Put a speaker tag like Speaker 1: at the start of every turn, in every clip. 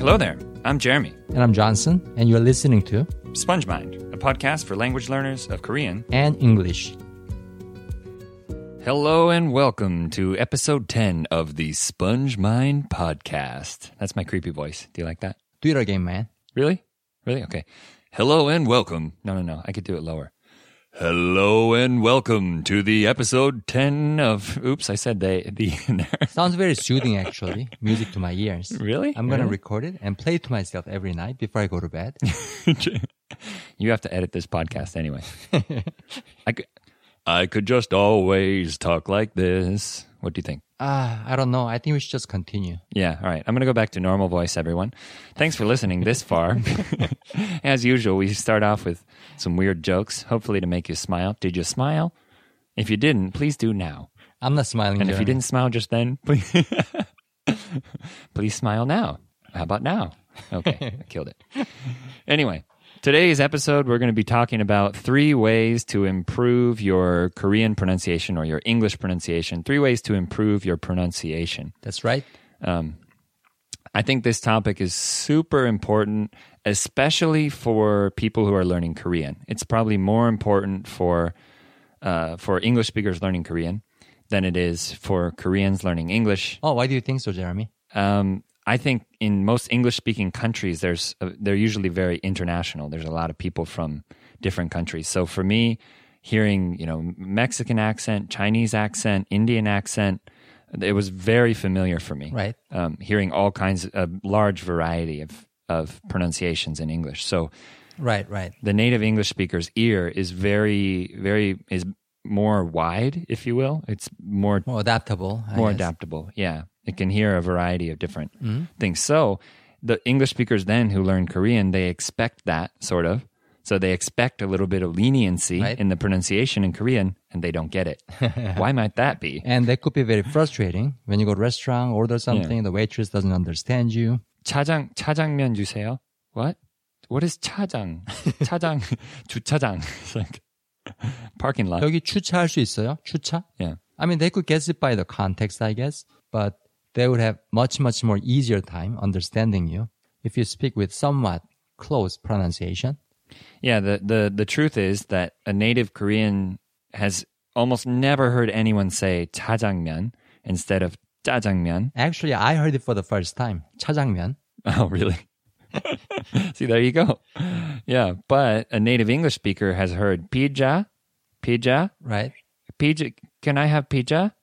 Speaker 1: Hello there. I'm Jeremy,
Speaker 2: And I'm Johnson, and you're listening to
Speaker 1: Sponge Mind, a podcast for language learners of Korean.
Speaker 2: And English.
Speaker 1: Hello and welcome to episode 10 of the Sponge Mind podcast. That's my creepy voice. Do you like that?
Speaker 2: Do it again, man.
Speaker 1: Really? Really? Okay. Hello and welcome. No, no, no. I could do it lower. Hello and welcome to the episode 10 of Oops, I said they the in there.
Speaker 2: Sounds very soothing, actually. Music to my ears.
Speaker 1: Really?
Speaker 2: I'm gonna
Speaker 1: Really?
Speaker 2: record it and play it to myself every night before I go to bed.
Speaker 1: you have to edit this podcast anyway. I could, I could just always talk like this. What do you think?
Speaker 2: Ah, I don't know. I think we should just continue.
Speaker 1: Yeah, all right. I'm going to go back to normal voice, everyone. Thanks for listening this far. As usual, we start off with some weird jokes, hopefully to make you smile. Did you smile? If you didn't, please do now.
Speaker 2: I'm not smiling.
Speaker 1: And if you
Speaker 2: Jeremy.
Speaker 1: didn't smile just then, please, please smile now. How about now? Okay, I killed it. Anyway, today's episode, we're going to be talking about three ways to improve your Korean pronunciation or your English pronunciation, three ways to improve your pronunciation.
Speaker 2: that's right.
Speaker 1: I think this topic is super important, especially for people who are learning Korean. It's probably more important for uh, for English speakers learning Korean than it is for Koreans learning English.
Speaker 2: Oh, why do you think so, Jeremy?
Speaker 1: Um, I think in most English speaking countries, there's uh, they're usually very international. There's a lot of people from different countries. So for me, hearing you know Mexican accent, Chinese accent, Indian accent, it was very familiar for me
Speaker 2: Right.
Speaker 1: um, hearing all kinds of a large variety of, of pronunciations in English. So
Speaker 2: Right, right.
Speaker 1: the native English speaker's ear is very, very, is more wide, if you will. It's more,
Speaker 2: More adaptable. I
Speaker 1: more
Speaker 2: guess. Mm-hmm.
Speaker 1: adaptable. Yeah. It can hear a variety of different things. So the English speakers then who learn Korean, they expect that sort of. So they expect a little bit of leniency
Speaker 2: Right.
Speaker 1: in the pronunciation in Korean and they don't get it. Why might that be?
Speaker 2: And that could be very frustrating when you go to restaurant, order something, the waitress doesn't understand you.
Speaker 1: 차장 차장면 주세요. What? What is 차장? 차장 주차장. It's like parking lot.
Speaker 2: 여기 주차할 수 있어요? 주차?
Speaker 1: Yeah.
Speaker 2: I mean, they could guess it by the context, I guess, but they would have much, much more easier time understanding you if you speak with somewhat close pronunciation.
Speaker 1: Yeah, the the the truth is that a native Korean has almost never heard anyone say 차장면 instead of 짜장면.
Speaker 2: Actually, I heard it for the first time. 차장면.
Speaker 1: Oh, really? See, there you go. Yeah, but a native English speaker has heard pizza, pizza,
Speaker 2: Right.
Speaker 1: pizza. Can I have pizza?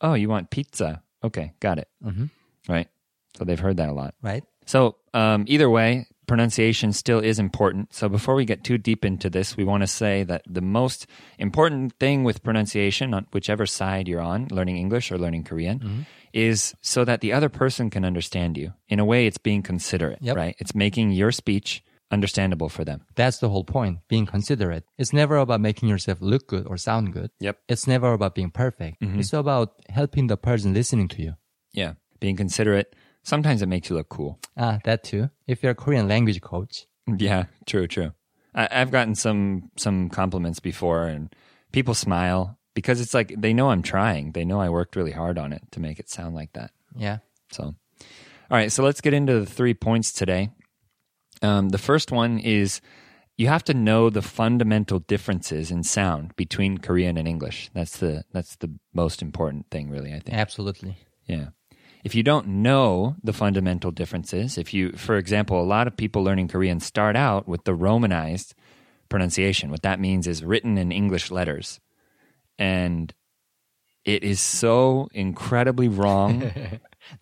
Speaker 1: Oh, you want pizza? Okay, got it.
Speaker 2: Mhm.
Speaker 1: Right. So they've heard that a lot.
Speaker 2: Right.
Speaker 1: So um, either way, pronunciation still is important. So before we get too deep into this, we want to say that the most important thing with pronunciation, on whichever side you're on, learning English or learning Korean, is so that the other person can understand you. In a way, it's being considerate,
Speaker 2: Yep.
Speaker 1: right? It's making your speech understandable for them.
Speaker 2: That's the whole point. Being considerate. It's never about making yourself look good or sound good.
Speaker 1: Yep.
Speaker 2: It's never about being perfect. It's about helping the person listening to you.
Speaker 1: Yeah. Being considerate. Sometimes it makes you look cool.
Speaker 2: Ah, that too. If you're a Korean language coach,
Speaker 1: Yeah, true, true. I, I've gotten some some compliments before, and people smile because it's like they know I'm trying. They know I worked really hard on it to make it sound like that.
Speaker 2: yeah.
Speaker 1: So, all right, so let's get into the three points today. Um, the first one is you have to know the fundamental differences in sound between Korean and English. That's the that's the most important thing, really. I think.
Speaker 2: Absolutely.
Speaker 1: Yeah. If you don't know the fundamental differences, if you, for example, a lot of people learning Korean start out with the romanized pronunciation. What that means is written in English letters. And it is so incredibly wrong.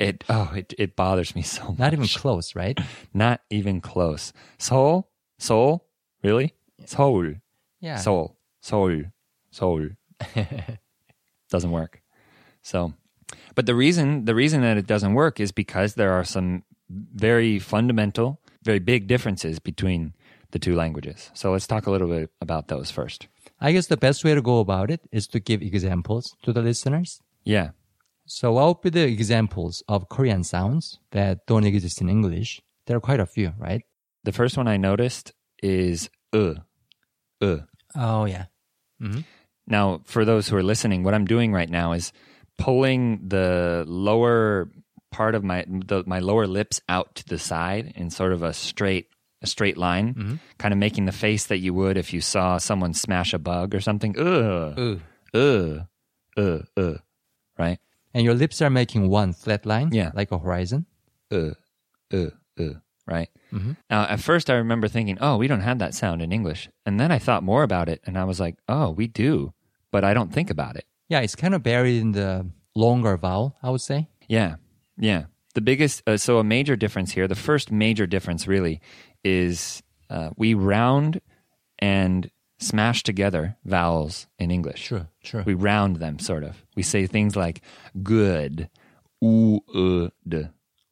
Speaker 1: it, oh, it, it bothers me so much.
Speaker 2: Not even close, right?
Speaker 1: Not even close. Seoul? Seoul? Really? Seoul.
Speaker 2: Yeah.
Speaker 1: Seoul, Seoul, Seoul. doesn't work. So, but the reason the reason that it doesn't work is because there are some very fundamental, very big differences between the two languages. So let's talk a little bit about those first.
Speaker 2: I guess the best way to go about it is to give examples to the listeners.
Speaker 1: Yeah.
Speaker 2: So, what would be the examples of Korean sounds that don't exist in English? There are quite a few, right?
Speaker 1: The first one I noticed is uh. Uh.
Speaker 2: Oh, yeah.
Speaker 1: Now, for those who are listening, what I'm doing right now is pulling the lower part of my the, my lower lips out to the side in sort of a straight a straight line, kind of making the face that you would if you saw someone smash a bug or something. Ugh,
Speaker 2: Ooh.
Speaker 1: ugh, ugh, ugh. Right?
Speaker 2: And your lips are making one flat line,
Speaker 1: Yeah.
Speaker 2: like a horizon.
Speaker 1: uh, uh, uh, right? Now, at first, I remember thinking, oh, we don't have that sound in English. And then I thought more about it and I was like, oh, we do, but I don't think about it.
Speaker 2: Yeah, it's kind of buried in the longer vowel, I would say.
Speaker 1: Yeah. Yeah. The biggest, uh, so a major difference here, the first major difference really is uh, we round and smash together vowels in English.
Speaker 2: sure.
Speaker 1: We round them, sort of. We say things like good, would,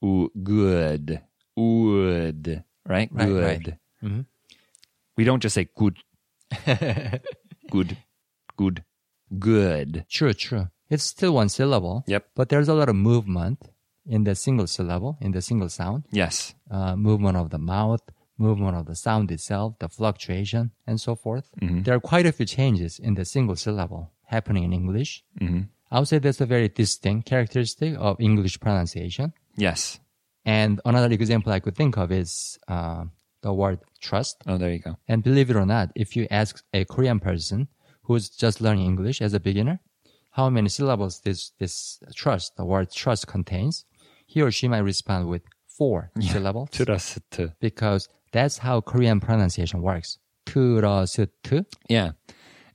Speaker 1: oo- good, would, right?
Speaker 2: Right,
Speaker 1: good.
Speaker 2: right.
Speaker 1: We don't just say good, good, good, good.
Speaker 2: True, true. It's still one syllable.
Speaker 1: Yep.
Speaker 2: But there's a lot of movement in the single syllable, in the single sound.
Speaker 1: Yes.
Speaker 2: Uh, movement of the mouth, movement of the sound itself, the fluctuation, and so forth. There are quite a few changes in the single syllable happening in English. Mm-hmm. I would say that's a very distinct characteristic of English pronunciation.
Speaker 1: Yes.
Speaker 2: And another example I could think of is uh, the word trust.
Speaker 1: Oh, there you go.
Speaker 2: And believe it or not, if you ask a Korean person who's just learning English as a beginner, how many syllables this, this trust, the word trust contains, he or she might respond with four syllables
Speaker 1: 들었을
Speaker 2: because that's how Korean pronunciation works. 들었을
Speaker 1: Yeah.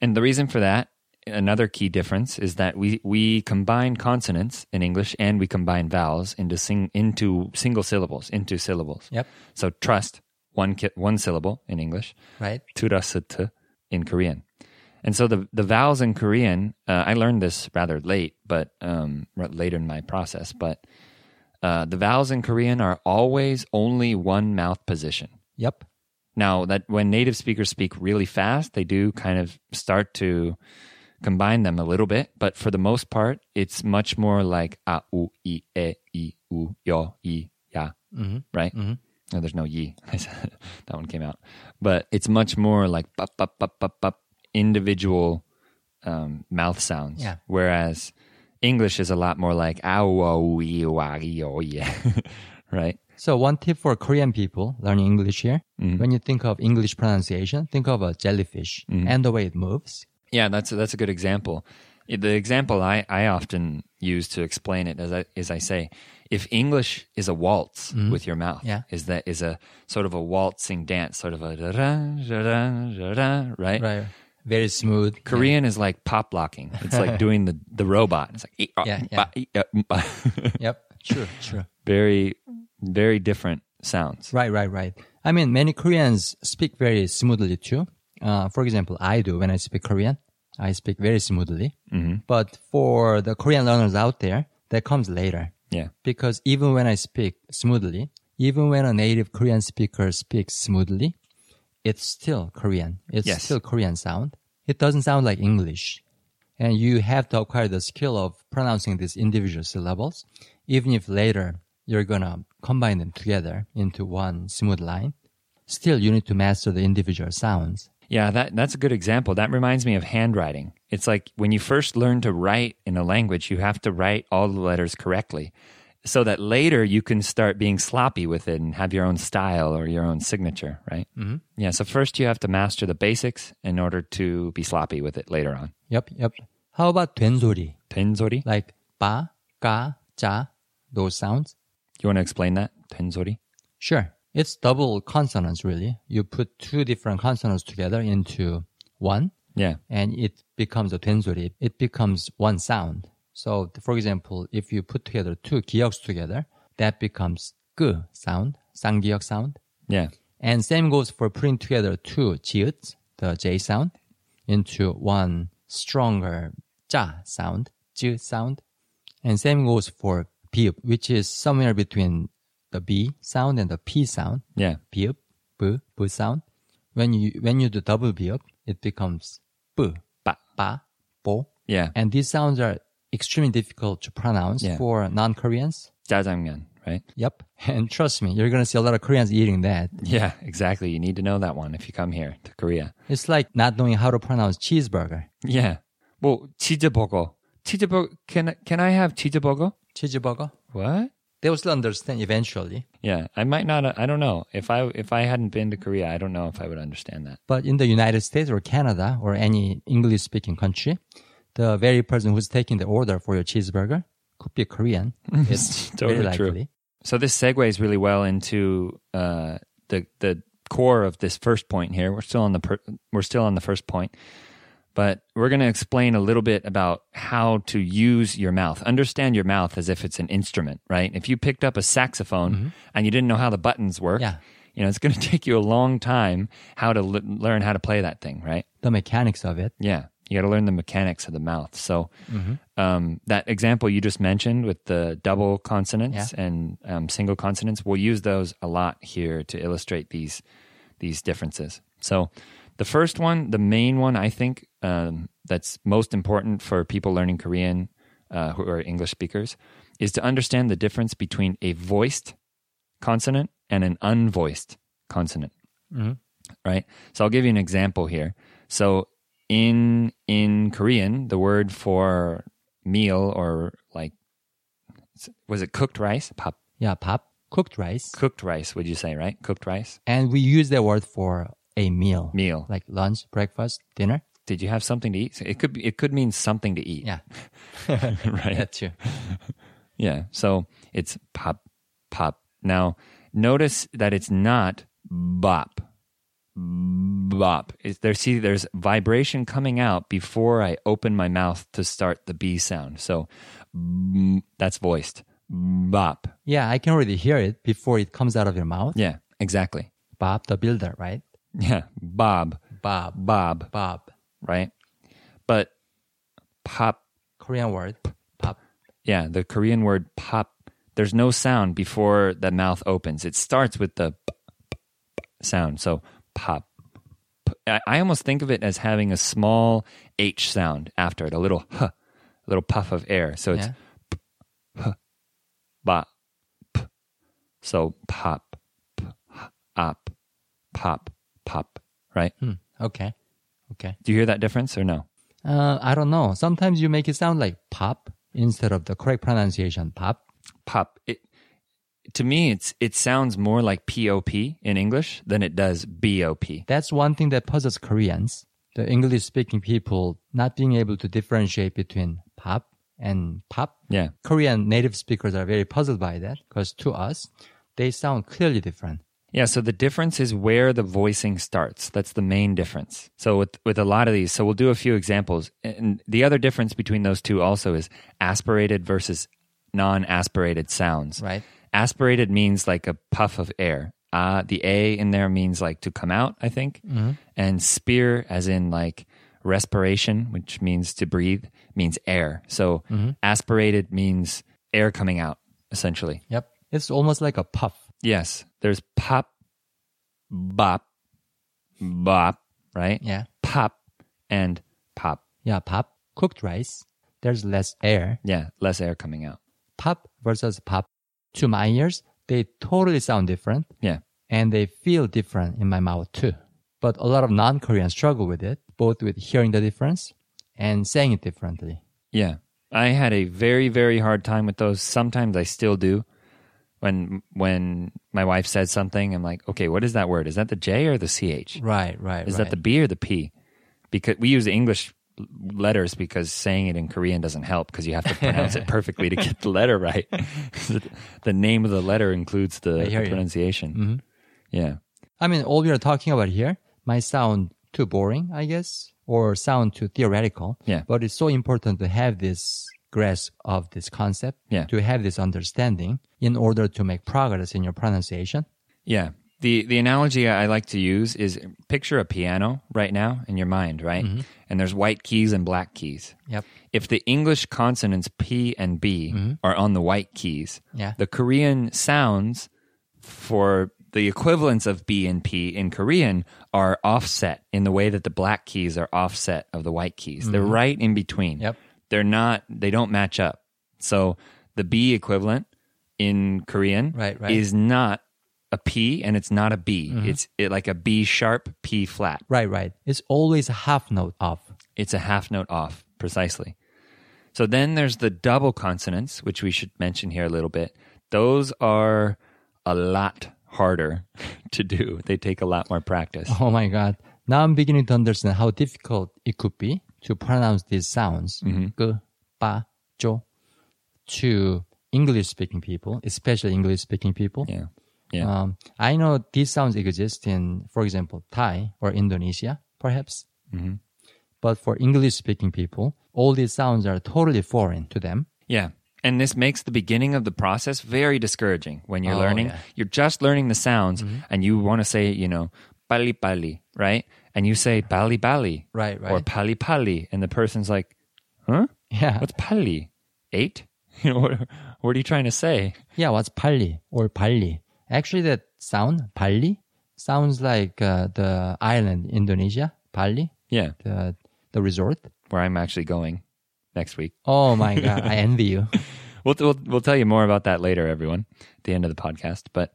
Speaker 1: And the reason for that, another key difference is that we, we combine consonants in English and we combine vowels into sing, into single syllables, into syllables.
Speaker 2: Yep.
Speaker 1: So trust, one ki- one syllable in English,
Speaker 2: Right.
Speaker 1: turasut in Korean. And so the the vowels in Korean, uh, I learned this rather late, but um, r- later in my process, but uh, the vowels in Korean are always only one mouth position.
Speaker 2: Yep.
Speaker 1: Now that when native speakers speak really fast, they do kind of start to combine them a little bit, but for the most part, it's much more like a u i e i u yo i ya, right? No, there's no yi. that one came out, but it's much more like bup, bup, bup, bup, bup, individual um, mouth sounds.
Speaker 2: Yeah.
Speaker 1: Whereas English is a lot more like ow ow ee, wah, ee, oh, yeah, right?
Speaker 2: So one tip for Korean people learning English here, when you think of English pronunciation, think of a jellyfish and the way it moves.
Speaker 1: Yeah, that's a, that's a good example. The example I, I often use to explain it is I, is I say, if English is a waltz with your mouth,
Speaker 2: Mm-hmm. Yeah.
Speaker 1: is that is a sort of a waltzing dance, sort of a da da da da da, right?
Speaker 2: Right. Very smooth.
Speaker 1: Korean is like pop locking. It's like doing the, the robot. It's like "Ee, ah,
Speaker 2: Yeah,
Speaker 1: ba, ee, ah, mm, ba."
Speaker 2: Yep. True, true.
Speaker 1: very very different sounds.
Speaker 2: Right, right, right. I mean, many Koreans speak very smoothly too. Uh, for example, I do when I speak Korean. I speak very smoothly. But for the Korean learners out there, that comes later.
Speaker 1: Yeah.
Speaker 2: Because even when I speak smoothly, even when a native Korean speaker speaks smoothly, it's still Korean. It's
Speaker 1: Yes.
Speaker 2: still Korean sound. It doesn't sound like English. And you have to acquire the skill of pronouncing these individual syllables, even if later you're gonna combine them together into one smooth line. Still, you need to master the individual sounds.
Speaker 1: Yeah, that that's a good example. That reminds me of handwriting. It's like when you first learn to write in a language, you have to write all the letters correctly so that later you can start being sloppy with it and have your own style or your own signature, right? Mm-hmm. Yeah, so first you have to master the basics in order to be sloppy with it later on.
Speaker 2: Yep, yep. How about 된소리?
Speaker 1: Tensori?
Speaker 2: Like ba, ga, ja, those sounds.
Speaker 1: You want to explain that? Tensori?
Speaker 2: Sure. It's double consonants, really. You put two different consonants together into one,
Speaker 1: Yeah.
Speaker 2: and it becomes a tensori. It becomes one sound. So, for example, if you put together two 기억s together, that becomes 그 sound, 쌍기역 sound.
Speaker 1: Yeah.
Speaker 2: And same goes for putting together two 지읒, the J sound, into one stronger 자 sound, j sound. And same goes for 비읍, which is somewhere between the B sound and the P sound.
Speaker 1: Yeah.
Speaker 2: 비읍, 부, 부 sound. When you, when you do double 비읍, it becomes 부,
Speaker 1: Ba.
Speaker 2: 바, 보.
Speaker 1: Yeah.
Speaker 2: And these sounds are extremely difficult to pronounce
Speaker 1: Yeah.
Speaker 2: for non-Koreans.
Speaker 1: Jajangmyeon, right?
Speaker 2: Yep. And trust me, you're going to see a lot of Koreans eating that.
Speaker 1: Yeah, exactly. You need to know that one if you come here to Korea.
Speaker 2: It's like not knowing how to pronounce cheeseburger.
Speaker 1: Yeah. Well, 치즈버거. 치즈버거. Can I- can I have 치즈버거?
Speaker 2: 치즈버거?
Speaker 1: What?
Speaker 2: they will still understand eventually.
Speaker 1: Yeah, I might not. I don't know if I if I hadn't been to Korea, I don't know if I would understand that.
Speaker 2: But in the United States or Canada or any English speaking country, the very person who's taking the order for your cheeseburger could be Korean. It's
Speaker 1: Totally
Speaker 2: very
Speaker 1: true.
Speaker 2: likely.
Speaker 1: So this segues really well into uh, the the core of this first point here. We're still on the per- we're still on the first point, but we're going to explain a little bit about how to use your mouth. Understand your mouth as if it's an instrument, right? If you picked up a saxophone and you didn't know how the buttons work,
Speaker 2: Yeah.
Speaker 1: you know it's going to take you a long time how to l- learn how to play that thing, right?
Speaker 2: The mechanics of it.
Speaker 1: Yeah, you got to learn the mechanics of the mouth. So um, that example you just mentioned with the double consonants and um, single consonants, we'll use those a lot here to illustrate these these differences. So the first one, the main one, I think um, that's most important for people learning Korean uh, who are English speakers is to understand the difference between a voiced consonant and an unvoiced consonant right? So I'll give you an example here. So in in Korean, the word for meal or like was it cooked rice? Pop
Speaker 2: Yeah, pop, cooked rice.
Speaker 1: cooked rice, would you say, right? Cooked rice?
Speaker 2: And we use that word for a meal.
Speaker 1: Meal.
Speaker 2: Like lunch, breakfast, dinner.
Speaker 1: Did you have something to eat? So It could be, it could mean something to eat.
Speaker 2: Yeah,
Speaker 1: right.
Speaker 2: that too.
Speaker 1: Yeah. So it's pop, pop. Now, notice that it's not bop, bop. It's there, see, there's vibration coming out before I open my mouth to start the B sound. So mm, that's voiced. Bop.
Speaker 2: Yeah, I can already hear it before it comes out of your mouth.
Speaker 1: Yeah, exactly.
Speaker 2: Bob the builder, right?
Speaker 1: Yeah. Bob,
Speaker 2: Bob,
Speaker 1: bob,
Speaker 2: Bob.
Speaker 1: right? But pop,
Speaker 2: Korean word. Pop.
Speaker 1: yeah, the Korean word pop, there's no sound before the mouth opens. It starts with the p- p- p- sound. So pop. p- I I almost think of it as having a small H sound after it, a little huh, a little puff of air. So it's
Speaker 2: Yeah.
Speaker 1: p- huh, ba, p. So pop, p- h- up, pop, pop, right?
Speaker 2: Hmm. Okay. Okay.
Speaker 1: Do you hear that difference or no?
Speaker 2: Uh, I don't know. Sometimes you make it sound like pop instead of the correct pronunciation, pop.
Speaker 1: pop it to me it's it sounds more like pop in english than it does bop
Speaker 2: That's one thing that puzzles Koreans. The English speaking people not being able to differentiate between pop and pop.
Speaker 1: yeah
Speaker 2: Korean native speakers are very puzzled by that because to us, they sound clearly different.
Speaker 1: yeah so the difference is where the voicing starts that's the main difference so with with a lot of these so we'll do a few examples and the other difference between those two also is aspirated versus non-aspirated sounds
Speaker 2: Right.
Speaker 1: aspirated means like a puff of air uh, the a in there means like to come out i think and spear as in like respiration which means to breathe means air so aspirated means air coming out essentially
Speaker 2: Yep. It's almost like a puff.
Speaker 1: yes there's pop bop bop right
Speaker 2: Yeah.
Speaker 1: pop and pop
Speaker 2: Yeah. Pop. Cooked rice. There's less air.
Speaker 1: yeah less air coming out
Speaker 2: Pop versus pop. To my ears, they totally sound different
Speaker 1: yeah
Speaker 2: and they feel different in my mouth too. But a lot of non-Koreans struggle with it, both with hearing the difference and saying it differently.
Speaker 1: Yeah. I had a very very hard time with those. Sometimes I still do. When when my wife says something, I'm like, "Okay, what is that word? Is that the J or the CH?
Speaker 2: Right. Right.
Speaker 1: Is that the B or the P?" Because we use English l- letters because saying it in Korean doesn't help because you have to pronounce it perfectly to get the letter right. the name of the letter includes the,
Speaker 2: I hear
Speaker 1: the
Speaker 2: you. Mm-hmm.
Speaker 1: pronunciation. Yeah.
Speaker 2: I mean, all we are talking about here might sound too boring, I guess, or sound too theoretical.
Speaker 1: Yeah.
Speaker 2: But it's so important to have this grasp of this concept,
Speaker 1: Yeah.
Speaker 2: to have this understanding in order to make progress in your pronunciation.
Speaker 1: Yeah. The the analogy I like to use is picture a piano right now in your mind, right?
Speaker 2: Mm-hmm.
Speaker 1: And there's white keys and black keys.
Speaker 2: Yep.
Speaker 1: If the English consonants P and B
Speaker 2: Mm-hmm.
Speaker 1: are on the white keys,
Speaker 2: Yeah.
Speaker 1: the Korean sounds for the equivalents of B and P in Korean are offset in the way that the black keys are offset of the white keys. They're right in between.
Speaker 2: Mm-hmm. Yep.
Speaker 1: They're not they don't match up. So the B equivalent in Korean
Speaker 2: Right, Mm-hmm. right.
Speaker 1: is not a P and it's not a B. It's it, like a B sharp P flat.
Speaker 2: Right, right. It's always a half note off.
Speaker 1: It's a half note off, precisely. So then there's the double consonants, which we should mention here a little bit. Those are a lot harder to do. They take a lot more practice.
Speaker 2: Oh my God. Now I'm beginning to understand how difficult it could be to pronounce these sounds, 그, 빠, 조, to English speaking people, especially English speaking people.
Speaker 1: Yeah. Yeah.
Speaker 2: Um, I know these sounds exist in, for example, Thai or Indonesia, perhaps. But for English speaking people, all these sounds are totally foreign to them.
Speaker 1: Yeah. And this makes the beginning of the process very discouraging when you're
Speaker 2: Oh,
Speaker 1: learning.
Speaker 2: yeah. Mm-hmm.
Speaker 1: You're just learning the sounds and you want to say, you know, pali pali, right? And you say pali pali.
Speaker 2: Right,
Speaker 1: Or
Speaker 2: right.
Speaker 1: pali pali. And the person's like, huh?
Speaker 2: Yeah.
Speaker 1: What's pali? Eight? You know, what, what are you trying to say?
Speaker 2: Yeah, what's 발리 or 발리? Actually, that sound 발리 sounds like uh, the island Indonesia, 발리,
Speaker 1: Yeah.
Speaker 2: the the resort.
Speaker 1: Where I'm actually going next week.
Speaker 2: Oh my god, I envy you.
Speaker 1: We'll, we'll, we'll tell you more about that later, everyone, at the end of the podcast. But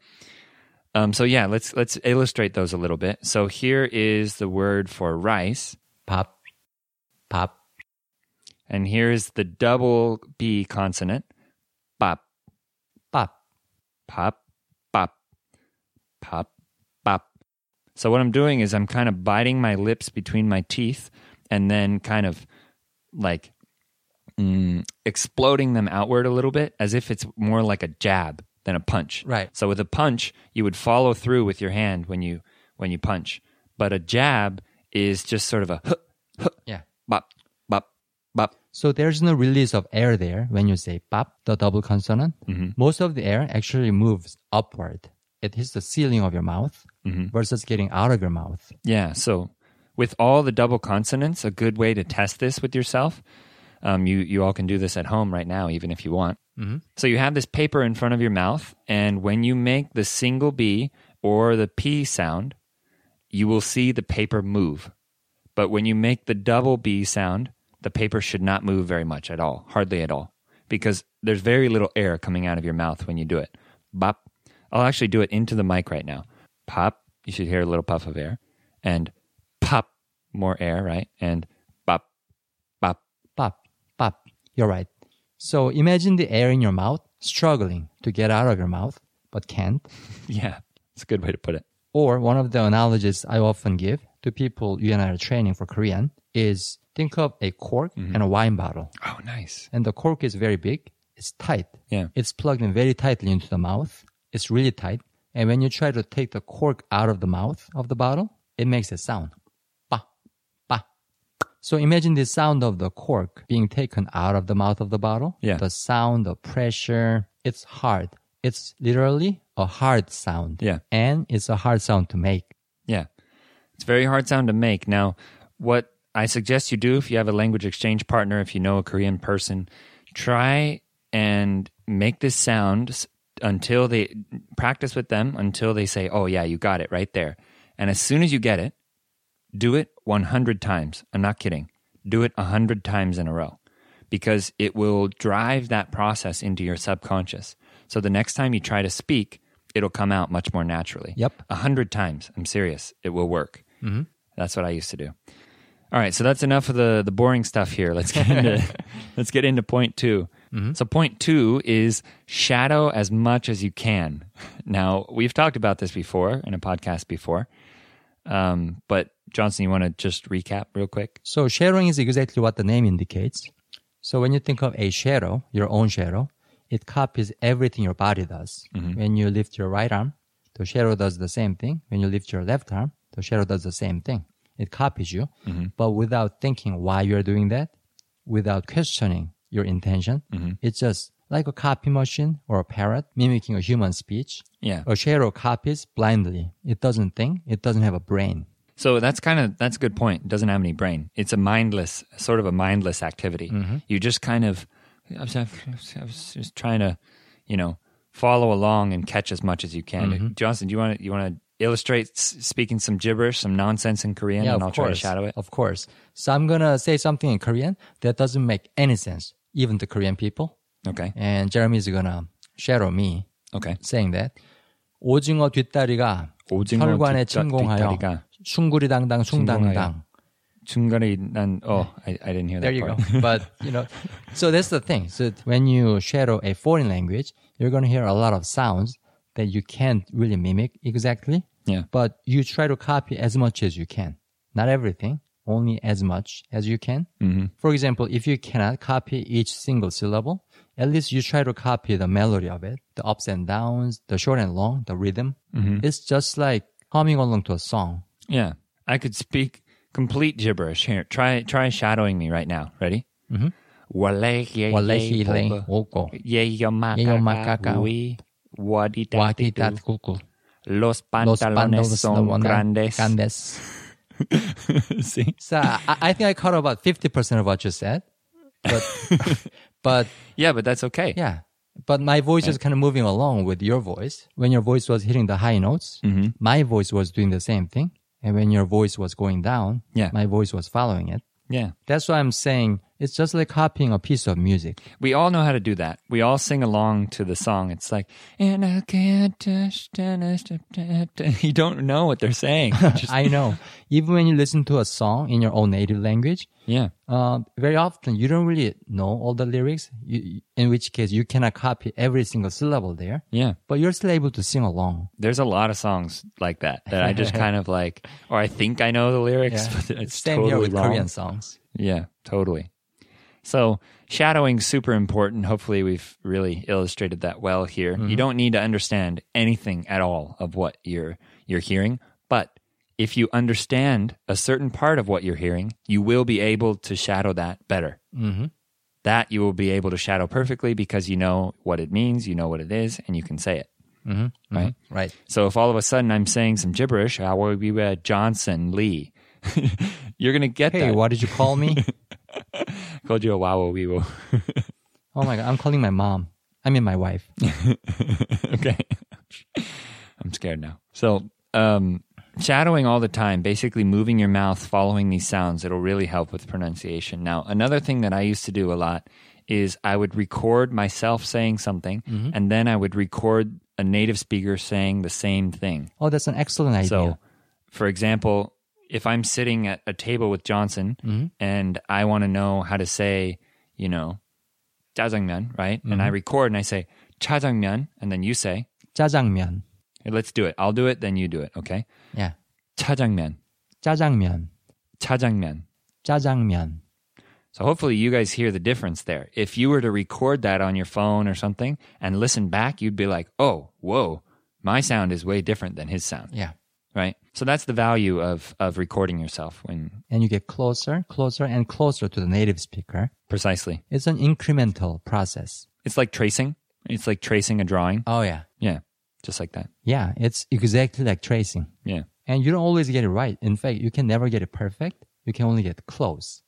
Speaker 1: um, so yeah, let's let's illustrate those a little bit. So here is the word for rice.
Speaker 2: 밥, 밥,
Speaker 1: And here's the double B consonant. Pop,
Speaker 2: 밥.
Speaker 1: pop, pop, pop, pop. So what I'm doing is I'm kind of biting my lips between my teeth and then kind of like mm, exploding them outward a little bit as if it's more like a jab than a punch.
Speaker 2: Right.
Speaker 1: So with a punch, you would follow through with your hand when you when you punch. But a jab is just sort of a huh, huh,
Speaker 2: Yeah.
Speaker 1: bop, bop, bop.
Speaker 2: So there's no release of air there when you say 밥, the double consonant. Most of the air actually moves upward. It hits the ceiling of your mouth versus getting out of your mouth.
Speaker 1: Yeah. So, with all the double consonants, a good way to test this with yourself, um, you you all can do this at home right now, even if you want. So you have this paper in front of your mouth, and when you make the single B or the P sound, you will see the paper move. But when you make the double B sound, the paper should not move very much at all, hardly at all, because there's very little air coming out of your mouth when you do it. Bop. I'll actually do it into the mic right now. Pop. You should hear a little puff of air. And pop. More air, right? And bop, bop.
Speaker 2: 밥, 밥. You're right. So imagine the air in your mouth struggling to get out of your mouth, but can't.
Speaker 1: Yeah, it's a good way to put it.
Speaker 2: Or one of the analogies I often give to people you and I are training for Korean is think of a cork and a wine bottle.
Speaker 1: Oh, nice.
Speaker 2: And the cork is very big. It's tight.
Speaker 1: Yeah.
Speaker 2: It's plugged in very tightly into the mouth. It's really tight. And when you try to take the cork out of the mouth of the bottle, it makes a sound. Ba, ba. So imagine the sound of the cork being taken out of the mouth of the bottle.
Speaker 1: Yeah.
Speaker 2: The sound of pressure. It's hard. It's literally a hard sound.
Speaker 1: Yeah.
Speaker 2: And it's a hard sound to make.
Speaker 1: Yeah. It's a very hard sound to make. Now, what I suggest you do if you have a language exchange partner, if you know a Korean person, try and make this sound s- until they practice with them until they say, "Oh yeah, you got it right there." And as soon as you get it, do it 100 times. I'm not kidding. Do it 100 times in a row because it will drive that process into your subconscious. So the next time you try to speak, it'll come out much more naturally.
Speaker 2: Yep.
Speaker 1: A hundred times. I'm serious. It will work. Mm-hmm. That's what I used to do. All right. So that's enough of the, the boring stuff here. Let's get into, let's get into point 2 So point two is shadow as much as you can. Now we've talked about this before in a podcast before. Um, but Johnson, you want to just recap real quick?
Speaker 2: So shadowing is exactly what the name indicates. So when you think of a shadow, your own shadow, it copies everything your body does. When you lift your right arm, the shadow does the same thing. When you lift your left arm, the shadow does the same thing. It copies you, but without thinking why you're doing that, without questioning your intention. It's just like a copy machine or a parrot mimicking a human speech.
Speaker 1: Yeah.
Speaker 2: A shadow copies blindly. It doesn't think. It doesn't have a brain.
Speaker 1: So that's kind of that's a good point. It doesn't have any brain. It's a mindless sort of a mindless activity.
Speaker 2: Mm-hmm.
Speaker 1: You just kind of I was, I was- I was just trying to, you know, follow along and catch as much as you can.
Speaker 2: Mm-hmm.
Speaker 1: Johnson, do you want to you want to illustrate s- speaking some gibberish, some nonsense in Korean, and I'll try to shadow it.
Speaker 2: Of course. So I'm gonna say something in Korean that doesn't make any sense, even to Korean people.
Speaker 1: Okay.
Speaker 2: And Jeremy is gonna shadow me
Speaker 1: Okay.
Speaker 2: saying that. 오징어 뒷다리가
Speaker 1: 오징어
Speaker 2: 혈관에
Speaker 1: 뒷다-
Speaker 2: 침공하여
Speaker 1: 뒷다리가
Speaker 2: 숭구리당당 숭당당
Speaker 1: 중간에 난 oh I, I didn't hear
Speaker 2: There
Speaker 1: that
Speaker 2: you go.
Speaker 1: part.
Speaker 2: But you know, so that's the thing. So when you shadow a foreign language, you're going to hear a lot of sounds that you can't really mimic exactly.
Speaker 1: Yeah.
Speaker 2: But you try to copy as much as you can. Not everything, only as much as you can.
Speaker 1: Mm-hmm.
Speaker 2: For example, if you cannot copy each single syllable, at least you try to copy the melody of it, the ups and downs, the short and long, the rhythm.
Speaker 1: Mm-hmm.
Speaker 2: It's just like humming along to a song.
Speaker 1: Yeah, I could speak complete gibberish here. Try try shadowing me right now. Ready?
Speaker 2: Walahi lay
Speaker 1: Mm-hmm.
Speaker 2: woko.
Speaker 1: Yeyomakaka,
Speaker 2: Yeyomakaka.
Speaker 1: we, wadidatitu,
Speaker 2: Wakitat kuku.
Speaker 1: los
Speaker 2: Los
Speaker 1: pantalones
Speaker 2: pantalones no
Speaker 1: son
Speaker 2: van
Speaker 1: grandes.
Speaker 2: grandes.
Speaker 1: See?
Speaker 2: So I, I think I caught about 50% of what you said. But, but
Speaker 1: Yeah, but that's okay.
Speaker 2: yeah, but my voice is kind of moving along with your voice. When your voice was hitting the high notes,
Speaker 1: Mm-hmm.
Speaker 2: my voice was doing the same thing. And when your voice was going down,
Speaker 1: Yeah.
Speaker 2: my voice was following it.
Speaker 1: yeah.
Speaker 2: That's why I'm saying it's just like copying a piece of music.
Speaker 1: We all know how to do that. We all sing along to the song. It's like, and I can't touch tennis. da, da, da." You don't know what they're saying. Just-
Speaker 2: I know. Even when you listen to a song in your own native language,
Speaker 1: yeah.
Speaker 2: Um, very often you don't really know all the lyrics, you, in which case you cannot copy every single syllable there,
Speaker 1: Yeah.
Speaker 2: but you're still able to sing along.
Speaker 1: There's a lot of songs like that that I just kind of like, or I think I know the lyrics, but it's
Speaker 2: Same
Speaker 1: totally
Speaker 2: here with
Speaker 1: wrong.
Speaker 2: Korean songs.
Speaker 1: Yeah, totally. So shadowing's super important. Hopefully, we've really illustrated that well here.
Speaker 2: Mm-hmm.
Speaker 1: You don't need to understand anything at all of what you're you're hearing, but if you understand a certain part of what you're hearing, you will be able to shadow that better.
Speaker 2: hmm
Speaker 1: That you will be able to shadow perfectly because you know what it means, you know what it is, and you can say it.
Speaker 2: hmm
Speaker 1: Right.
Speaker 2: Right.
Speaker 1: So if all of a sudden I'm saying some gibberish, how will we uh, Johnson Lee? you're gonna get
Speaker 2: Hey,
Speaker 1: that.
Speaker 2: what did you call me?
Speaker 1: Called you a wow we will.
Speaker 2: oh my God, I'm calling my mom. I mean, my wife.
Speaker 1: okay. I'm scared now. So, um, shadowing all the time, basically moving your mouth, following these sounds, it'll really help with pronunciation. Now, another thing that I used to do a lot is I would record myself saying something, and then I would record a native speaker saying the same thing.
Speaker 2: Oh, that's an excellent idea.
Speaker 1: So, for example, if I'm sitting at a table with Johnson
Speaker 2: Mm-hmm.
Speaker 1: and I want to know how to say, you know, 짜장면, right? And I
Speaker 2: Mm-hmm.
Speaker 1: record and I say 짜장면, and then you say,
Speaker 2: 짜장면.
Speaker 1: "Hey, let's do it. I'll do it, then you do it, okay?
Speaker 2: Yeah.
Speaker 1: 짜장면,
Speaker 2: 짜장면.
Speaker 1: 짜장면.
Speaker 2: 짜장면.
Speaker 1: So hopefully you guys hear the difference there. If you were to record that on your phone or something and listen back, you'd be like, oh, whoa, my sound is way different than his sound,
Speaker 2: Yeah.
Speaker 1: right? So that's the value of, of recording yourself when
Speaker 2: And you get closer, closer, and closer to the native speaker.
Speaker 1: precisely.
Speaker 2: It's an incremental process.
Speaker 1: It's like tracing. It's like tracing a drawing.
Speaker 2: Oh, yeah.
Speaker 1: Yeah, just like that.
Speaker 2: Yeah. It's exactly like tracing.
Speaker 1: Yeah,
Speaker 2: And you don't always get it right. In fact, you can never get it perfect. You can only get close.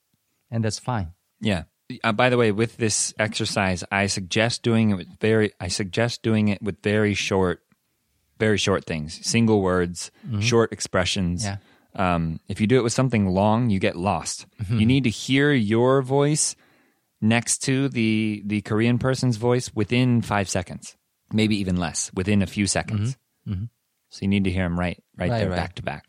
Speaker 2: And that's fine.
Speaker 1: yeah. Uh, by the way, with this exercise, I suggest doing it with very. I suggest doing it with very short, very short things, single words, short expressions.
Speaker 2: Mm-hmm. Yeah.
Speaker 1: Um, if you do it with something long, you get lost.
Speaker 2: Mm-hmm.
Speaker 1: You need to hear your voice next to the the Korean person's voice within five seconds, maybe even less, within a few seconds. So you need to hear them right, right,
Speaker 2: Mm-hmm. Right, Mm-hmm.
Speaker 1: there,
Speaker 2: right.
Speaker 1: back to back.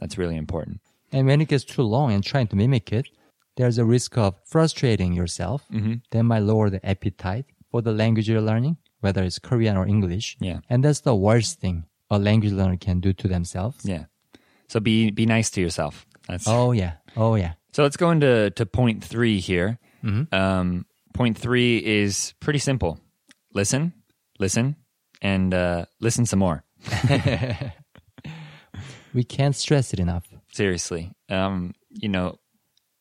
Speaker 1: That's really important.
Speaker 2: And when it gets too long and trying to mimic it, there's a risk of frustrating yourself.
Speaker 1: Mm-hmm.
Speaker 2: That might lower the appetite for the language you're learning, whether it's Korean or English.
Speaker 1: Yeah.
Speaker 2: And that's the worst thing a language learner can do to themselves.
Speaker 1: Yeah. So be be nice to yourself. That's
Speaker 2: Oh, yeah. Oh, yeah.
Speaker 1: so. Let's go into to point three here. Um, point three is pretty simple. Listen, listen, and uh, listen some more.
Speaker 2: We can't stress it enough.
Speaker 1: Seriously, um, you know,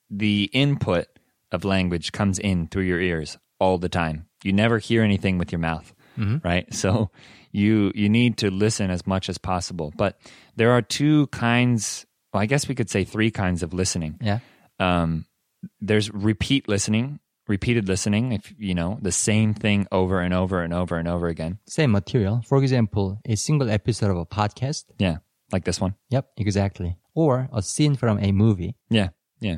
Speaker 1: the input of language comes in through your ears all the time. You never hear anything with your mouth, right? So you you need to listen as much as possible. But there are two kinds. Well, I guess we could say three kinds of listening.
Speaker 2: Yeah.
Speaker 1: um, there's repeat listening, repeated listening. If you know the same thing over and over and over and over again.
Speaker 2: Same material. For example, a single episode of a podcast.
Speaker 1: Yeah, like this one.
Speaker 2: Yep, exactly. Or a scene from a movie.
Speaker 1: Yeah, yeah.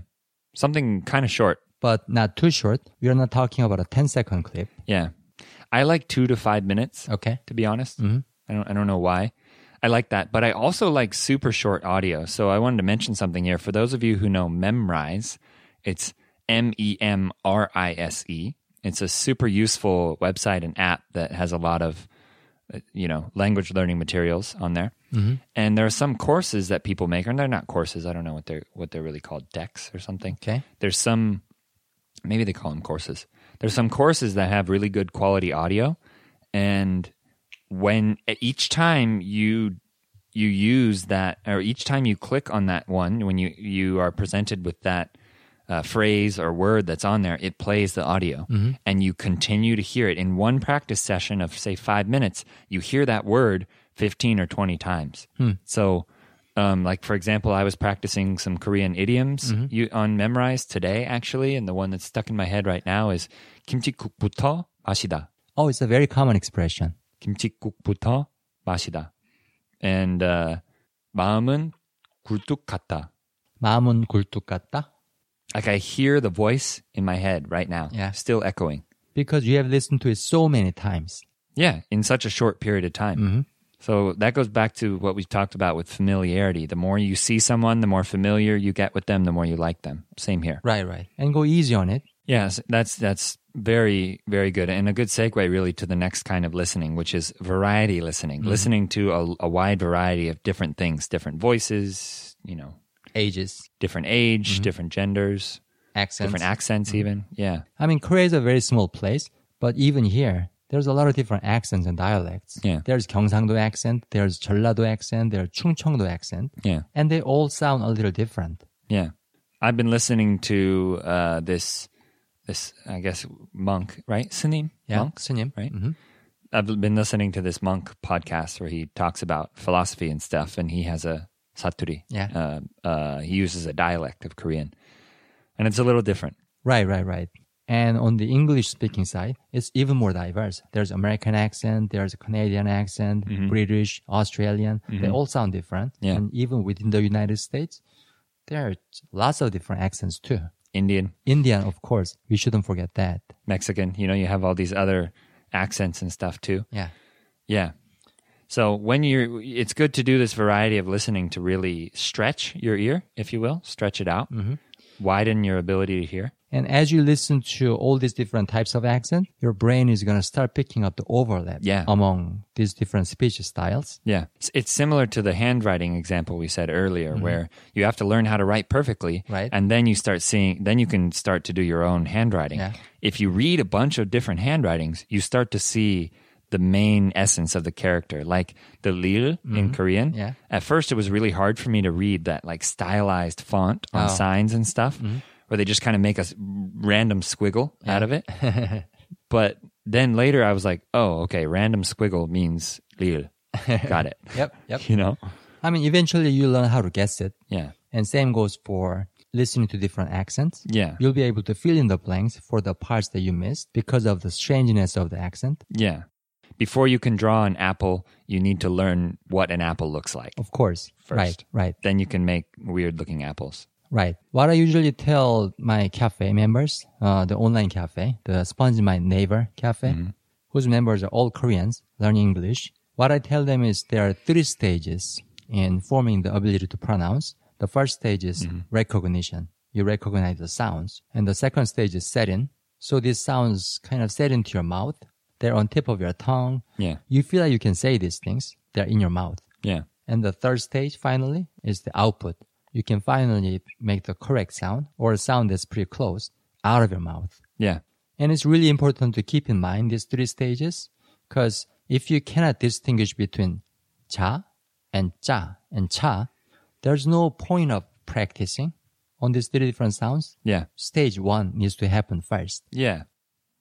Speaker 1: Something kind of short.
Speaker 2: but not too short. We are not talking about a 10 second clip.
Speaker 1: Yeah, I like two to five minutes.
Speaker 2: Okay.
Speaker 1: To be honest, I don't. I don't know why. I like that, but I also like super short audio. So I wanted to mention something here. For those of you who know Memrise, it's M E M R I S E. It's a super useful website and app that has a lot of, uh, you know, language learning materials on there. And there are some courses that people make, and they're not courses. I don't know what they're what they're really called, decks or something.
Speaker 2: Okay.
Speaker 1: There's some maybe they call them courses. There's some courses that have really good quality audio, and when at each time you you use that, or each time you click on that one, when you you are presented with that uh, phrase or word that's on there, it plays the audio, and you continue to hear it. In one practice session of say five minutes, you hear that word fifteen or twenty times. So um, like for example, I was practicing some Korean idioms you, on Memrise today, actually, and the one that's stuck in my head right now is 김치국부터 마시다.
Speaker 2: Oh, it's a very common expression.
Speaker 1: 김치국부터 마시다. And uh, 마음은 굴뚝 같다.
Speaker 2: 마음은 굴뚝 같다.
Speaker 1: Like I hear the voice in my head right now,
Speaker 2: Yeah.
Speaker 1: still echoing.
Speaker 2: Because you have listened to it so many times.
Speaker 1: Yeah, in such a short period of time.
Speaker 2: Mm. Mm-hmm.
Speaker 1: So that goes back to what we talked about with familiarity. The more you see someone, the more familiar you get with them, the more you like them. Same here.
Speaker 2: Right, right. And go easy on it.
Speaker 1: Yes, that's that's very very good and a good segue really to the next kind of listening, which is variety listening, listening to a, a wide variety of different things, different voices, you know,
Speaker 2: Ages,
Speaker 1: different age,
Speaker 2: Mm-hmm.
Speaker 1: different genders,
Speaker 2: accents.
Speaker 1: different accents,
Speaker 2: Mm-hmm.
Speaker 1: even. Yeah,
Speaker 2: I mean, Korea is a very small place, but even here, there's a lot of different accents and dialects.
Speaker 1: Yeah.
Speaker 2: There's Gyeongsangdo accent, there's Jeollado accent, there's Chungcheongdo accent,
Speaker 1: yeah,
Speaker 2: and they all sound a little different.
Speaker 1: yeah. I've been listening to uh, this this I guess monk, right? Sunim,
Speaker 2: Yeah,
Speaker 1: monk,
Speaker 2: 스님.
Speaker 1: right?
Speaker 2: Mhm.
Speaker 1: I've been listening to this monk podcast where he talks about philosophy and stuff, and he has a saturi.
Speaker 2: Yeah.
Speaker 1: Uh, uh, he uses a dialect of Korean, and it's a little different.
Speaker 2: Right, right, right. And on the English speaking side, it's even more diverse. There's American accent, there's Canadian accent, British, Australian. They all sound different.
Speaker 1: Yeah.
Speaker 2: And even within the United States, there are lots of different accents too.
Speaker 1: Indian,
Speaker 2: Indian, of course, we shouldn't forget that.
Speaker 1: Mexican, you know, you have all these other accents and stuff too.
Speaker 2: Yeah.
Speaker 1: Yeah. So when you're, it's good to do this variety of listening to really stretch your ear, if you will, stretch it out, widen your ability to hear.
Speaker 2: And as you listen to all these different types of accent, your brain is going to start picking up the overlap
Speaker 1: Yeah.
Speaker 2: among these different speech styles.
Speaker 1: Yeah. It's, it's similar to the handwriting example we said earlier, where you have to learn how to write perfectly.
Speaker 2: Mm-hmm. Right.
Speaker 1: And then you start seeing, then you can start to do your own handwriting.
Speaker 2: Yeah.
Speaker 1: If you read a bunch of different handwritings, you start to see the main essence of the character, like the lil in Korean.
Speaker 2: Mm-hmm. Yeah.
Speaker 1: At first, it was really hard for me to read that like stylized font on
Speaker 2: Oh.
Speaker 1: signs and stuff, where they just kind of make a s- random squiggle out of it. but then later, I was like, oh, okay, random squiggle means lil. Got it.
Speaker 2: Yep, yep.
Speaker 1: You know?
Speaker 2: I mean, eventually you learn how to guess it.
Speaker 1: Yeah.
Speaker 2: And same goes for listening to different accents.
Speaker 1: Yeah.
Speaker 2: You'll be able to fill in the blanks for the parts that you missed because of the strangeness of the accent.
Speaker 1: Yeah. Before you can draw an apple, you need to learn what an apple looks like.
Speaker 2: Of course.
Speaker 1: First.
Speaker 2: Right, right,
Speaker 1: Then you can make weird looking apples.
Speaker 2: right. What I usually tell my cafe members, uh, the online cafe, the Sponge My Neighbor cafe, whose members are all Koreans, learn English. What I tell them is there are three stages in forming the ability to pronounce. The first stage is recognition. You recognize the sounds. And the second stage is set in. So these sounds kind of set into your mouth. They're on tip of your tongue.
Speaker 1: Yeah.
Speaker 2: You feel like you can say these things. They're in your mouth.
Speaker 1: Yeah.
Speaker 2: And the third stage, finally, is the output. You can finally make the correct sound or a sound that's pretty close out of your mouth.
Speaker 1: Yeah.
Speaker 2: And it's really important to keep in mind these three stages because if you cannot distinguish between cha and cha and cha, there's no point of practicing on these three different sounds.
Speaker 1: Yeah.
Speaker 2: Stage one needs to happen first.
Speaker 1: Yeah.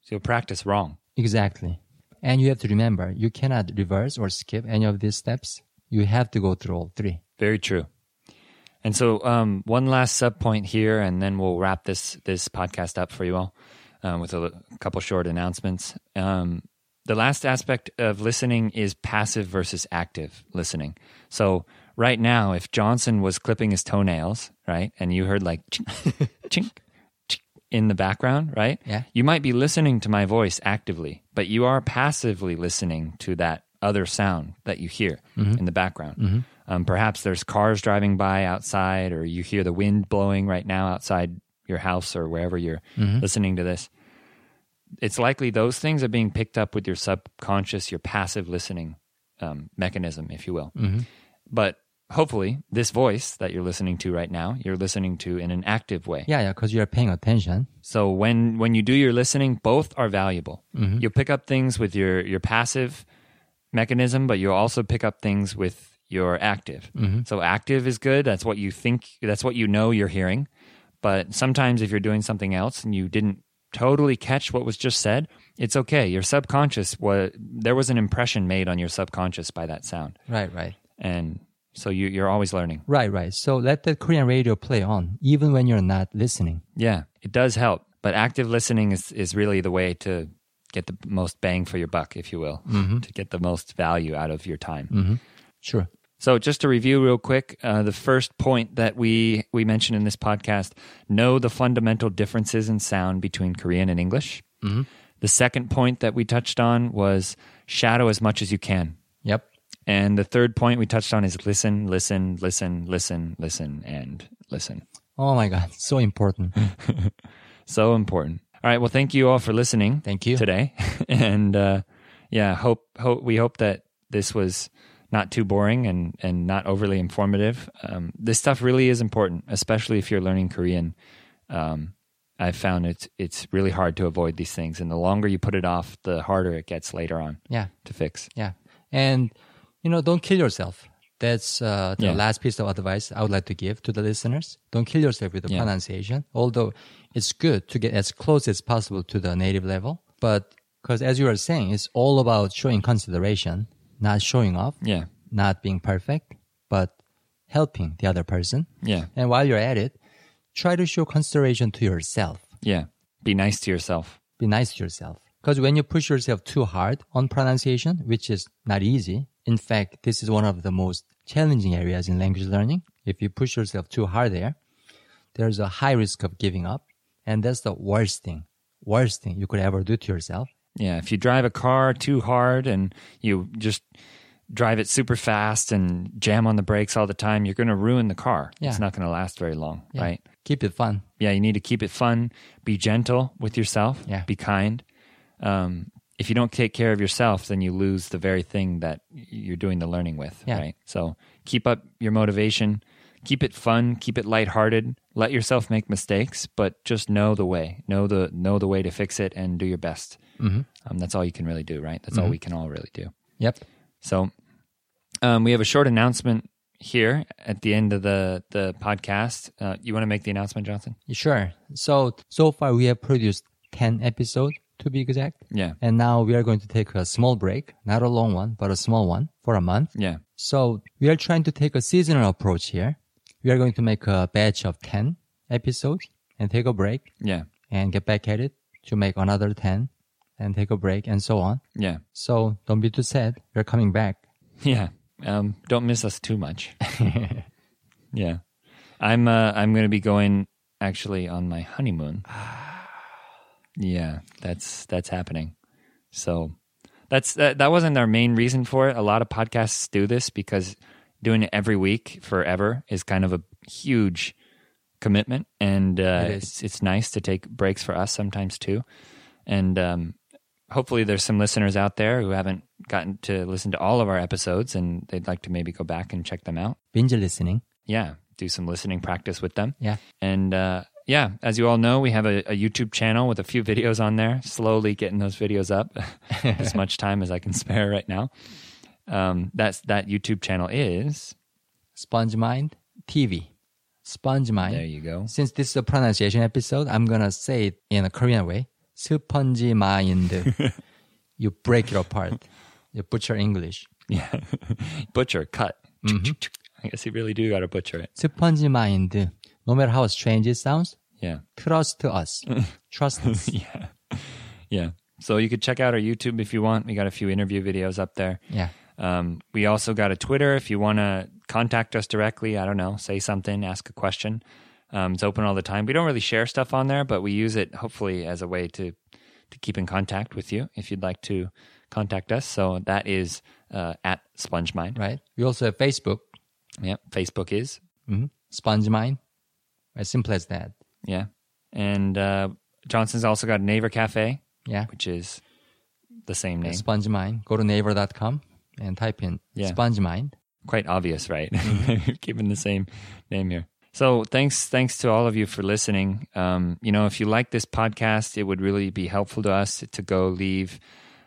Speaker 1: So you'll practice wrong.
Speaker 2: Exactly. And you have to remember, you cannot reverse or skip any of these steps. You have to go through all three.
Speaker 1: Very true. And so, um, one last sub point here, and then we'll wrap this this podcast up for you all um, with a l- couple short announcements. Um, the last aspect of listening is passive versus active listening. So, right now, if Johnson was clipping his toenails, right, and you heard like chink, chink, chink in the background, right,
Speaker 2: Yeah.
Speaker 1: you might be listening to my voice actively, but you are passively listening to that other sound that you hear in the background. Um, perhaps there's cars driving by outside, or you hear the wind blowing right now outside your house or wherever you're listening to this. It's likely those things are being picked up with your subconscious, your passive listening um, mechanism, if you will. But hopefully, this voice that you're listening to right now, you're listening to in an active way.
Speaker 2: Yeah, yeah, because you're paying attention.
Speaker 1: So when when you do your listening, both are valuable. You'll pick up things with your your passive mechanism, but you'll also pick up things with your active. So active is good. That's what you think. That's what you know you're hearing. But sometimes if you're doing something else and you didn't totally catch what was just said, it's okay. Your subconscious was there was an impression made on your subconscious by that sound,
Speaker 2: Right, right.
Speaker 1: and so you, you're always learning.
Speaker 2: Right, right. So let the Korean radio play on, even when you're not listening.
Speaker 1: Yeah, it does help. But active listening is, is really the way to get the most bang for your buck, if you will, to get the most value out of your time.
Speaker 2: Sure.
Speaker 1: So, just to review real quick, uh, the first point that we, we mentioned in this podcast know the fundamental differences in sound between Korean and English. The second point that we touched on was shadow as much as you can.
Speaker 2: Yep.
Speaker 1: And the third point we touched on is listen, listen, listen, listen, listen, and listen.
Speaker 2: Oh my God. So important.
Speaker 1: So important. All right. Well, thank you all for listening.
Speaker 2: Thank you.
Speaker 1: today, and uh, yeah, hope hope we hope that this was not too boring and and not overly informative. Um, this stuff really is important, especially if you're learning Korean. Um, I've found it's it's really hard to avoid these things, and the longer you put it off, the harder it gets later on
Speaker 2: Yeah.
Speaker 1: to fix.
Speaker 2: Yeah. And, you know, don't kill yourself. That's uh, the
Speaker 1: Yeah.
Speaker 2: last piece of advice I would like to give to the listeners. Don't kill yourself with the
Speaker 1: Yeah.
Speaker 2: pronunciation, although it's good to get as close as possible to the native level. But because, as you are saying, it's all about showing consideration, not showing off,
Speaker 1: Yeah,
Speaker 2: not being perfect, but helping the other person.
Speaker 1: yeah,
Speaker 2: And while you're at it, try to show consideration to yourself.
Speaker 1: yeah. Be nice to yourself.
Speaker 2: Be nice to yourself. Because when you push yourself too hard on pronunciation, which is not easy, in fact, this is one of the most challenging areas in language learning. If you push yourself too hard there, there's a high risk of giving up. And that's the worst thing, worst thing you could ever do to yourself.
Speaker 1: Yeah, if you drive a car too hard and you just drive it super fast and jam on the brakes all the time, you're going to ruin the car.
Speaker 2: Yeah.
Speaker 1: It's not going to last very long,
Speaker 2: Yeah.
Speaker 1: right?
Speaker 2: Keep it fun.
Speaker 1: Yeah, you need to keep it fun, be gentle with yourself,
Speaker 2: Yeah.
Speaker 1: be kind. Um, if you don't take care of yourself, then you lose the very thing that you're doing the learning with,
Speaker 2: Yeah.
Speaker 1: right? So keep up your motivation, keep it fun, keep it lighthearted, let yourself make mistakes, but just know the way, know the know the way to fix it, and do your best.
Speaker 2: Mm-hmm.
Speaker 1: Um, that's all you can really do, right? That's all we can all really do.
Speaker 2: Yep.
Speaker 1: So um, we have a short announcement here at the end of the the podcast. Uh, you want to make the announcement, Johnson?
Speaker 2: Sure. So, so far we have produced 10 episodes to be exact.
Speaker 1: Yeah.
Speaker 2: And now we are going to take a small break, not a long one, but a small one for a month.
Speaker 1: Yeah.
Speaker 2: So we are trying to take a seasonal approach here. We are going to make a batch of 10 episodes and take a break
Speaker 1: Yeah.
Speaker 2: and get back at it to make another 10 and take a break and so on.
Speaker 1: Yeah.
Speaker 2: So don't be too sad. We're coming back.
Speaker 1: Yeah. Um, don't miss us too much. yeah. I'm uh, I'm gonna be going actually on my honeymoon.
Speaker 2: Ah.
Speaker 1: yeah, that's that's happening. So that's that, that wasn't our main reason for it. A lot of podcasts do this because doing it every week forever is kind of a huge commitment and uh,
Speaker 2: It is.
Speaker 1: it's it's nice to take breaks for us sometimes too. And um, hopefully there's some listeners out there who haven't gotten to listen to all of our episodes and they'd like to maybe go back and check them out.
Speaker 2: Binge listening.
Speaker 1: Yeah, do some listening practice with them.
Speaker 2: Yeah.
Speaker 1: And uh, yeah, as you all know, we have a, a YouTube channel with a few videos on there, slowly getting those videos up as much time as I can spare right now. Um, that's that YouTube channel is.
Speaker 2: Sponge Mind TV. Sponge Mind.
Speaker 1: There you go.
Speaker 2: Since this is a pronunciation episode, I'm gonna say it in a Korean way. 스펀지 마인드. you break it apart. You butcher English.
Speaker 1: Yeah. butcher, cut. I guess you really do got to butcher it.
Speaker 2: 스펀지 마인드. No matter how strange it sounds,
Speaker 1: Yeah.
Speaker 2: trust us. Trust us.
Speaker 1: Yeah. Yeah. So you could check out our YouTube if you want. We got a few interview videos up there.
Speaker 2: Yeah.
Speaker 1: Um, we also got a Twitter if you want to contact us directly. I don't know, say something, ask a question. Um, it's open all the time. We don't really share stuff on there, but we use it hopefully as a way to to keep in contact with you if you'd like to contact us. So that is uh, at SpongeMind.
Speaker 2: right? We also have Facebook,
Speaker 1: Yeah, Facebook is.
Speaker 2: mm-hmm. SpongeMind, as simple as that.
Speaker 1: Yeah. And uh, Johnson's also got Naver Cafe,
Speaker 2: Yeah,
Speaker 1: which is the same name.
Speaker 2: SpongeMind. Go to naver.com and type in
Speaker 1: Yeah.
Speaker 2: SpongeMind.
Speaker 1: quite obvious, right? Keeping the same name here. So thanks, thanks to all of you for listening. Um, you know, if you like this podcast, it would really be helpful to us to go leave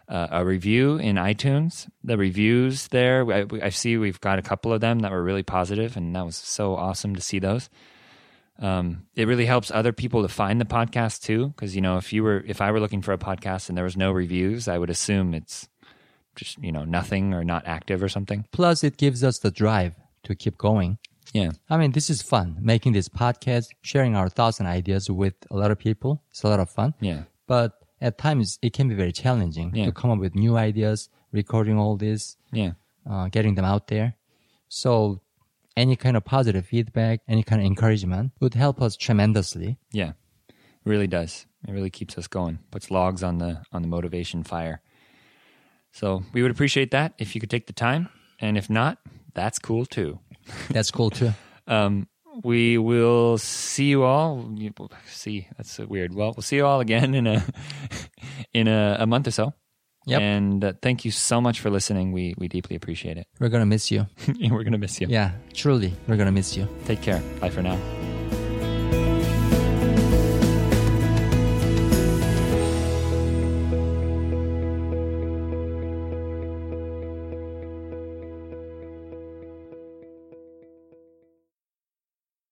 Speaker 1: uh, a review in iTunes. The reviews there, I, I see we've got a couple of them that were really positive, and that was so awesome to see those. Um, it really helps other people to find the podcast too, because you know, if you were, if I were looking for a podcast and there was no reviews, I would assume it's just you know nothing or not active or something.
Speaker 2: Plus, it gives us the drive to keep going.
Speaker 1: Yeah.
Speaker 2: I mean, this is fun making this podcast, sharing our thoughts and ideas with a lot of people. It's a lot of fun.
Speaker 1: Yeah.
Speaker 2: But at times, it can be very challenging
Speaker 1: Yeah.
Speaker 2: to come up with new ideas, recording all this,
Speaker 1: Yeah.
Speaker 2: uh, getting them out there. So, any kind of positive feedback, any kind of encouragement would help us tremendously.
Speaker 1: Yeah. really does. It really keeps us going. Puts logs on the on the motivation fire. So we would appreciate that if you could take the time. And if not, that's cool too.
Speaker 2: That's cool too.
Speaker 1: Um, we will see you all. you- See, that's so weird. Well, we'll see you all again in a in a, a month or so.
Speaker 2: Yep.
Speaker 1: And uh, thank you so much for listening. We we deeply appreciate it.
Speaker 2: We're going to miss you.
Speaker 1: We're gonna miss you.
Speaker 2: Yeah, truly, we're going to miss you.
Speaker 1: Take care. Bye for now.